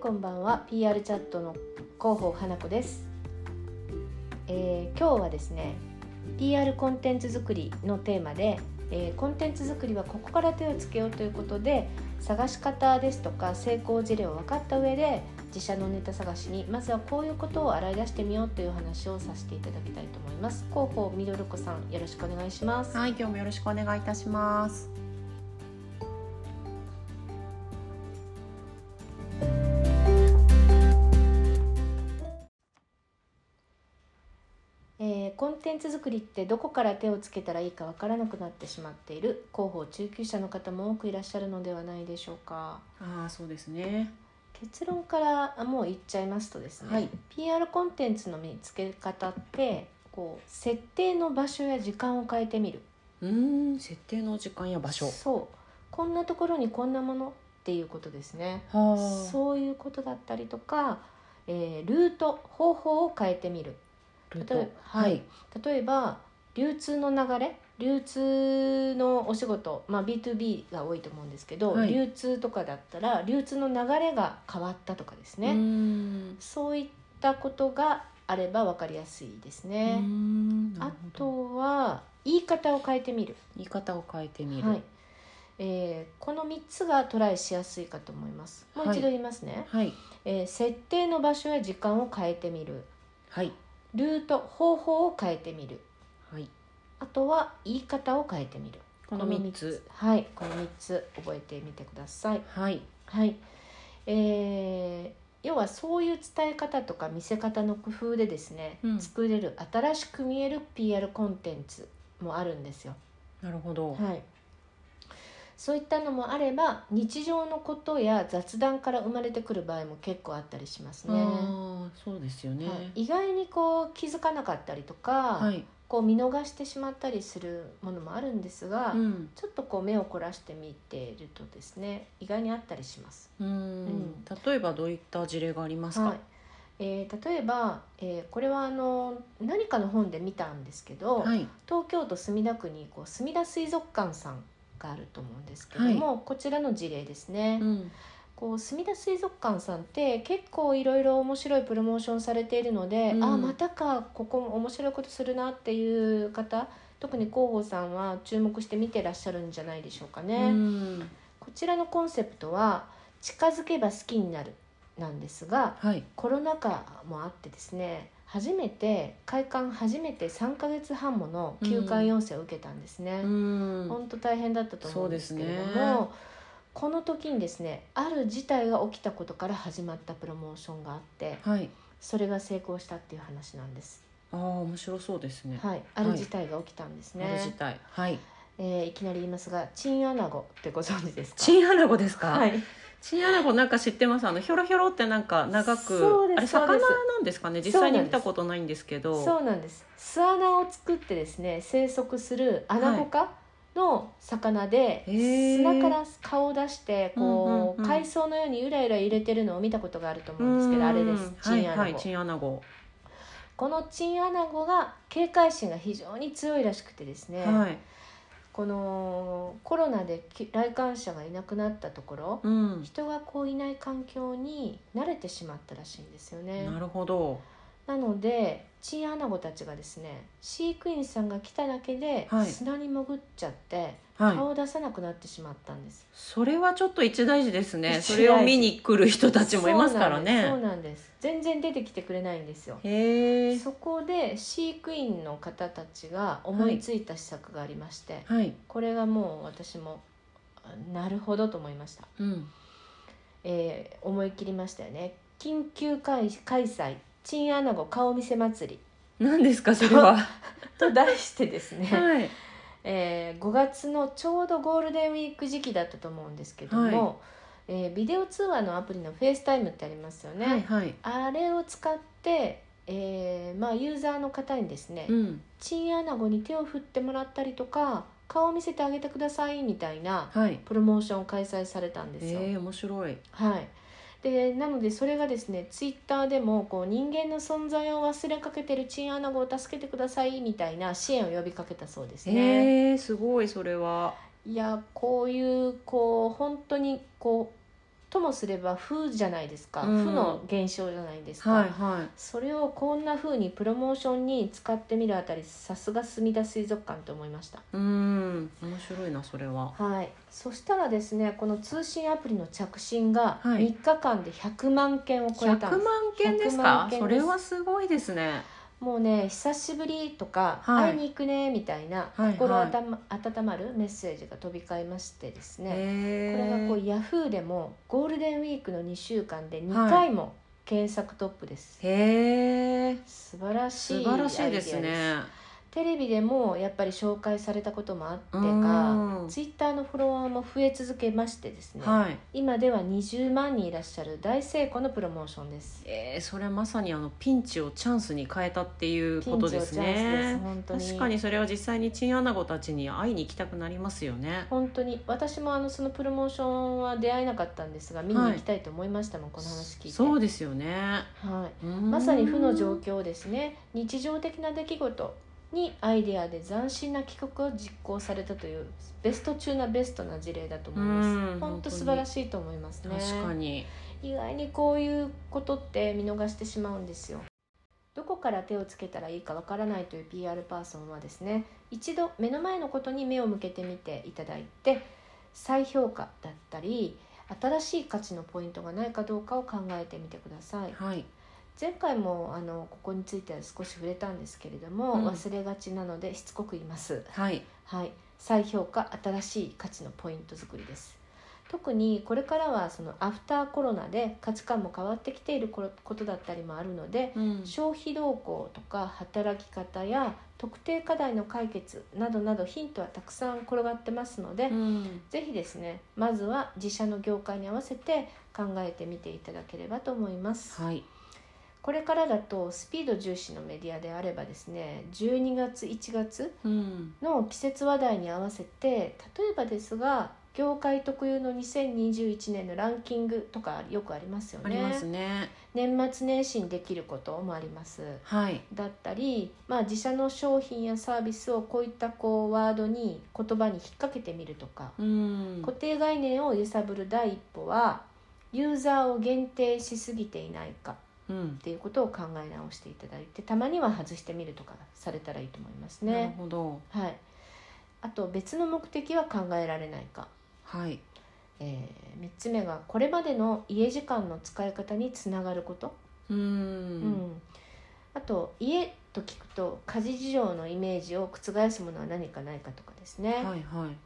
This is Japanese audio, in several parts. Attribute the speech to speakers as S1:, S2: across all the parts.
S1: こんばんは PR チャットの広報花子です、えー、今日はですね PR コンテンツ作りのテーマで、えー、コンテンツ作りはここから手をつけようということで探し方ですとか成功事例を分かった上で自社のネタ探しにまずはこういうことを洗い出してみようという話をさせていただきたいと思います広報みどるこさんよろしくお願いします
S2: はい今日もよろしくお願いいたします
S1: コンテンツ作りってどこから手をつけたらいいかわからなくなってしまっている広報中級者の方も多くいらっしゃるのではないでしょうか。
S2: あそうですね
S1: 結論からもう言っちゃいますとですね、はい、PR コンテンツの見つけ方ってこう設定の場所や時間を変えてみる
S2: うん設定の時間や場所
S1: そうこんなところにこんなものっていうことですねそういうことだったりとか、えー、ルート方法を変えてみる例え,、はい、はい、例えば流通の流れ流通のお仕事、まあ、B2B が多いと思うんですけど、はい、流通とかだったら流通の流れが変わったとかですねそういったことがあれば分かりやすいですね。あとは言い方を変えてみる
S2: 言い方を変えてみる、はい、
S1: えー、この3つがトライしやすいかと思いますもう一度言いますね、
S2: はい、
S1: えー、設定の場所や時間を変えてみる、
S2: はい、
S1: ルート方法を変えてみる、
S2: はい、
S1: あとは言い方を変えてみる
S2: この3つ
S1: はいこの3つ覚えてみてください
S2: はい、
S1: はいえー、要はそういう伝え方とか見せ方の工夫でですね、うん、作れる新しく見える PR コンテンツもあるんですよ
S2: なるほど、
S1: はい、そういったのもあれば日常のことや雑談から生まれてくる場合も結構あったりしますね。、
S2: そうですよね、はい
S1: 意外にこう気づかなかったりとか、はい、こう見逃してしまったりするものもあるんですが、うん、ちょっとこう目を凝らして見ているとですね意外にあったりします。
S2: うん、例えばどういった事例がありますか、はい、
S1: えー、例えば、えー、これはあの何かの本で見たんですけど、東京都墨田区にこう墨田水族館さんがあると思うんですけども、はい、こちらの事例ですね。うん、こう墨田水族館さんって結構いろいろ面白いプロモーションされているので、うん、ああまたかここ面白いことするなっていう方特に広報さんは注目して見てらっしゃるんじゃないでしょうかね。うん、こちらのコンセプトは「近づけば好きになる」なんですが、
S2: はい、
S1: コロナ禍もあってですね初めて開館初めて3か月半もの休館要請を受けたんですね、本当大変だったと思うんですけれども、ね、この時にですねある事態が起きたことから始まったプロモーションがあって、
S2: はい、
S1: それが成功したっていう話なんです
S2: ああ面白そうですね
S1: はいある事態が起きたんですね、
S2: はい、ある事態はい
S1: えー、いきなり言いますがチンアナゴってご存知ですか
S2: チンアナゴですか
S1: はい
S2: チンアナゴなんか知ってますあのひょろひょろってなんか長くあれ魚なんですかね実際に見たことないんですけど
S1: そうなんです巣穴を作ってですね生息するアナゴ科の魚で、はい、砂から顔を出してこう,、海藻のようにゆらゆら入れてるのを見たことがあると思うんですけどあれですチンアナゴ、はい
S2: はい、チンアナゴ
S1: このチンアナゴが警戒心が非常に強いらしくてですね、
S2: はい
S1: このコロナで来館者がいなくなったところ、
S2: うん、
S1: 人がこういない環境に慣れてしまったらしいんですよね。
S2: なるほど
S1: なのでチンアナゴたちがですね飼育員さんが来ただけで砂に潜っちゃって、はい、顔を出さなくなってしまったんです、
S2: それはちょっと一大事ですねそれを見に来る人たちもいますからね
S1: そうなんです全然出てきてくれないんですよ
S2: へ
S1: そこで飼育員の方たちが思いついた施策がありまして、
S2: はい、
S1: これがもう私もなるほどと思いました、
S2: うん
S1: えー、思い切りましたよね緊急開開催チンアナゴ顔見せ祭り
S2: 何ですかそれは
S1: と題してですね、
S2: はい、
S1: えー、5月のちょうどゴールデンウィーク時期だったと思うんですけども、はい、えー、ビデオ通話のアプリのフェイスタイムってありますよね、
S2: はいはい、
S1: あれを使って、えー、まあ、ユーザーの方にですね、
S2: うん、
S1: チンアナゴに手を振ってもらったりとか顔を見せてあげてくださいみたいなプロモーションを開催されたんですよ。
S2: はい、えー、面白い、
S1: はいでなのでそれがですねツイッターでもこう人間の存在を忘れかけてるチンアナゴを助けてくださいみたいな支援を呼びかけたそうです
S2: ね。えー、すごいそれはい
S1: やこういうこう本当にこうともすれば負じゃないですか、
S2: うん
S1: 負の現象じゃないですか、
S2: はいはい
S1: それをこんな風にプロモーションに使ってみるあたりさすが墨田水族館と思いました
S2: うん面白いなそれは
S1: はいそしたらですねこの通信アプリの着信が
S2: はい
S1: 3日間で100万件を超え
S2: 100
S1: たんです、
S2: 万件です
S1: 100
S2: か
S1: 万件です
S2: それはすごいですね
S1: もうね「久しぶり」とか「
S2: はい
S1: 会いに行くね」みたいな
S2: はいはい
S1: 心温ま温まるメッセージが飛び交いましてですね、
S2: へ
S1: これがこ
S2: え
S1: うヤフーでもゴールデンウィークの2週間で2回も検索トップです、
S2: へえ
S1: 素晴らし
S2: 素
S1: い
S2: 晴らしいです
S1: アイデアです
S2: ね
S1: テレビでもやっぱり紹介されたこともあって
S2: うん
S1: かツイッターのフォロワーも増え続けましてですね、
S2: はい
S1: 今では20万人いらっしゃる大成功のプロモーションです。
S2: えー、それまさにあのピンチをチャンスに変えたっていう
S1: ピ
S2: こ
S1: ンチ
S2: と
S1: をチャ
S2: で
S1: ンスで
S2: す
S1: す
S2: ね
S1: 本当
S2: 確かにそれは実際にチンアナゴたちに会いに行きたくなりますよね
S1: 本当に私もあのそのプロモーションは出会えなかったんですが見に行きたいと思いましたもん、この話聞いて
S2: そうですよね
S1: は
S2: うー
S1: い、
S2: ん
S1: まさに負の状況ですね日常的な出来事にアイデアで斬新な企画を実行されたというベスト中なベストな事例だと思いま
S2: うん
S1: す本当素晴ら
S2: 本
S1: しいと思いますね
S2: 確かに
S1: 意外にこういうことって見逃してしまうんですよどこから手をつけたらいいかわからないという PR パーソンはですね一度目の前のことに目を向けてみていただいて再評価だったり新しい価値のポイントがないかどうかを考えてみてください
S2: はい
S1: 前回もあのここについては少し触れたんですけれども、
S2: うん
S1: 忘れがちなのでしつこく言います
S2: はい
S1: はい、再評価新しい価値のポイント作りです特にこれからはそのアフターコロナで価値観も変わってきているこことだったりもあるので
S2: うん
S1: 消費動向とか働き方や特定課題の解決などなどヒントはたくさん転がってますので、
S2: うん
S1: ぜひですねまずは自社の業界に合わせて考えてみていただければと思います、
S2: はい
S1: これからだとスピード重視のメディアであればですね12月1月
S2: うん
S1: の季節話題に合わせて例えばですが業界特有の2021年のランキングとかよくありますよ
S2: あり
S1: ね
S2: ますね
S1: 年末年始にできることもあります
S2: はい
S1: だったり、まあ、自社の商品やサービスをこういったこうワードに言葉に引っ掛けてみるとか、
S2: うん
S1: 固定概念を揺さぶる第一歩はユーザーを限定しすぎていないか
S2: う
S1: っ
S2: ん
S1: ていうことを考え直していただいてたまには外してみるとかされたらいいと思いますね。
S2: なるほど
S1: はい、あと別の目的は考えられないか、
S2: はい
S1: え3つ目がこれまでの家時間の使い方につながること、
S2: う
S1: うん
S2: ん
S1: あと家と聞くと家事事情のイメージを覆すものは何かないかとかですね、
S2: はいはい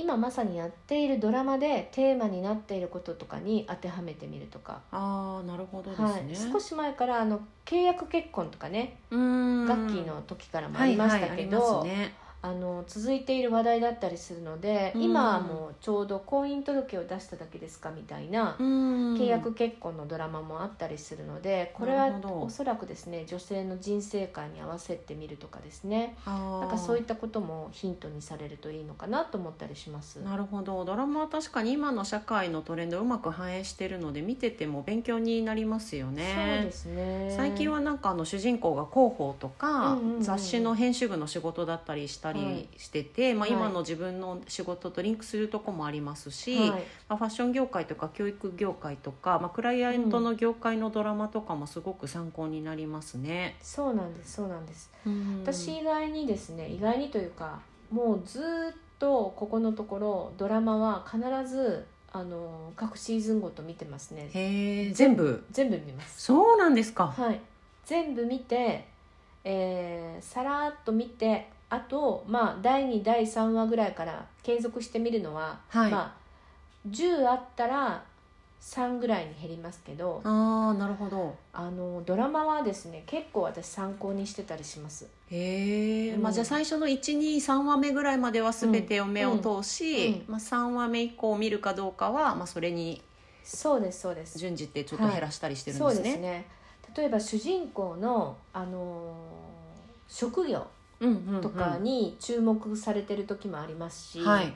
S1: 今まさにやっているドラマでテーマになっていることとかに当てはめてみるとか。
S2: ああなるほどです
S1: は
S2: ね
S1: い、少し前からあの契約結婚とかね、
S2: うん
S1: ガッキーの時からもありましたけど、
S2: はいはいありますね
S1: あの続いている話題だったりするので、
S2: うん
S1: 今はもうちょうど婚姻届を出しただけですかみたいな
S2: うん
S1: 契約結婚のドラマもあったりするのでこれ
S2: なる
S1: は
S2: ほど
S1: おそらくですね女性の人生観に合わせてみるとかですね
S2: な
S1: なんかそういったこともヒントにされるといいのかなと思ったりします。
S2: なるほどドラマは確かに今の社会のトレンドをうまく反映しているので見てても勉強になりますよ
S1: そう
S2: ね
S1: ですね
S2: 最近はなんかあの主人公が広報とか、
S1: うんうんうん
S2: 雑誌の編集部の仕事だったりしたりしてて、ま
S1: は
S2: あ、
S1: い
S2: 今の自分の仕事とリンクするとこもありますし、
S1: はい
S2: まあ、ファッション業界とか教育業界とか、まあ、クライアントの業界のドラマとかもすごく参考になりますね。
S1: そうなんですそうなんです、
S2: うん
S1: 私意外にですね意外にというかもうずーっとここのところドラマは必ずあの各シーズンごと見てますね
S2: へえ全部
S1: 全部見ます
S2: そうなんですか、
S1: はい全部見て、えーさらっと見てあとまあ第2第3話ぐらいから継続してみるのは、
S2: はい
S1: まあ10あったら3ぐらいに減りますけど
S2: ああなるほど
S1: あのドラマはですね結構私参考にしてたりします
S2: へえ、
S1: うん
S2: まあ、じゃあ最初の123話目ぐらいまでは全てを目を通し、
S1: うんうん
S2: まあ、3話目以降見るかどうかは、まあ、それに
S1: そうですそうです
S2: 準じてちょっと減らしたりしてるん
S1: そ
S2: で
S1: う
S2: す
S1: です
S2: ね。
S1: ね例えば主人公の、あのー職業
S2: うんうんうん
S1: とかに注目されてる時もありますし、
S2: はい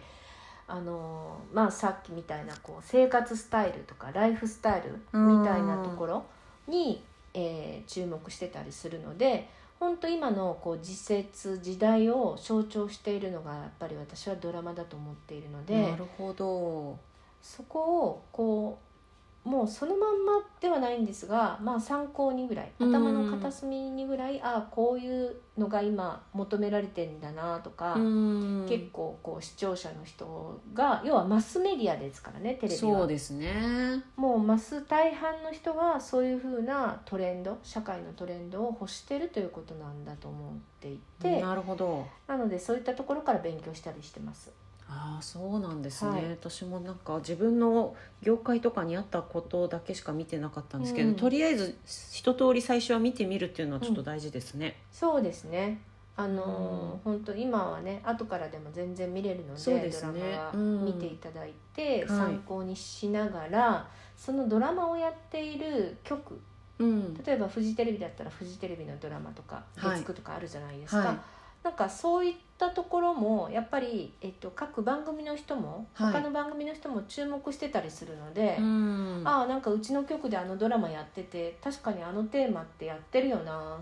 S1: あのーまあ、さっきみたいなこう生活スタイルとかライフスタイルみたいなところに、えー注目してたりするので本当今のこう時節時代を象徴しているのがやっぱり私はドラマだと思っているので
S2: なるほど
S1: そこをこうもうそのまんまではないんですが、まあ、参考にぐらい
S2: うん
S1: 頭の片隅にぐらい、ああこういうのが今求められてんだなとか、
S2: うん
S1: 結構こう視聴者の人が要はマスメディアですからねテレビ
S2: そう
S1: は
S2: ですね
S1: もうマス大半の人がそういうふうなトレンド社会のトレンドを欲してるということなんだと思っていてな
S2: なるほど
S1: のでそういったところから勉強したりしてます。
S2: ああそうなんですね、
S1: はい
S2: 私もなんか自分の業界とかにあったことだけしか見てなかったんですけど、
S1: うん
S2: とりあえず一通り最初は見てみるっていうのはちょっと大事ですね、
S1: そうですねあ
S2: うん
S1: のー本当今はね後からでも全然見れるので
S2: そうですね
S1: ドラマは
S2: うん
S1: 見ていただいて、
S2: い
S1: 参考にしながら、そのドラマをやっている局
S2: うん
S1: 例えばフジテレビだったらフジテレビのドラマとか
S2: はい
S1: 月9とかあるじゃないですか、
S2: は
S1: なんかそういったところもやっぱり、えっと、各番組の人も、
S2: はい
S1: 他の番組の人も注目してたりするので、
S2: い、うん
S1: ああなんかうちの局であのドラマやってて確かにあのテーマってやってるよな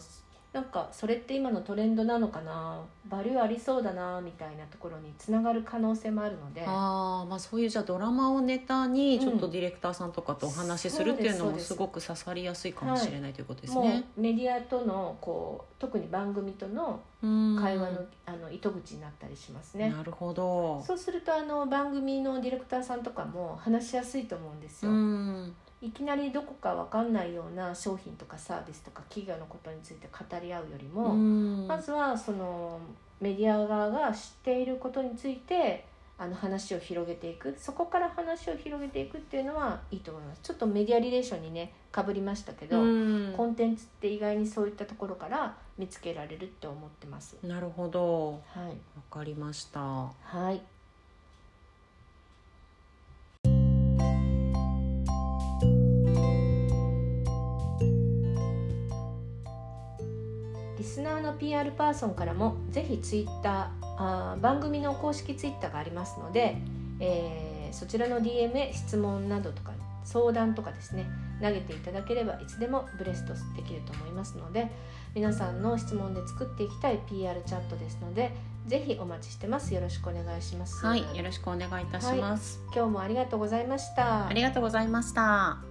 S1: なんかそれって今のトレンドなのかなバリューありそうだなみたいなところにつながる可能性もあるので。
S2: あーまあ、そういうじゃあドラマをネタにちょっとディレクターさんとかとお話しするっていうの
S1: そう
S2: も
S1: です
S2: すごく刺さりやすいかもしれないということです
S1: も
S2: ね。
S1: うメディアとのこう特に番組との
S2: うん
S1: 会話の,、あの糸口になったりしますね。
S2: なるほど。
S1: そうするとあの番組のディレクターさんとかも話しやすいと思うんですよ、
S2: うん
S1: いきなりどこかわかんないような商品とかサービスとか企業のことについて語り合うよりも、
S2: うん
S1: まずはそのメディア側が知っていることについてあの話を広げていくそこから話を広げていくっていうのはいいと思いますちょっとメディアリレーションにねかぶりましたけど、
S2: うん
S1: コンテンツって意外にそういったところから見つけられるって思ってます
S2: なるほど。わ
S1: はい
S2: かりました。
S1: はい。リスナーの PR パーソンからもぜひツイッターあー番組の公式ツイッターがありますので、えーそちらの DM へ質問などとか相談とかですね投げていただければいつでもブレストできると思いますので皆さんの質問で作っていきたい PR チャットですのでぜひお待ちしてますよろしくお願いします
S2: はい、よろしくお願いいたします。
S1: 今日もありがとうございました
S2: ありがとうございました。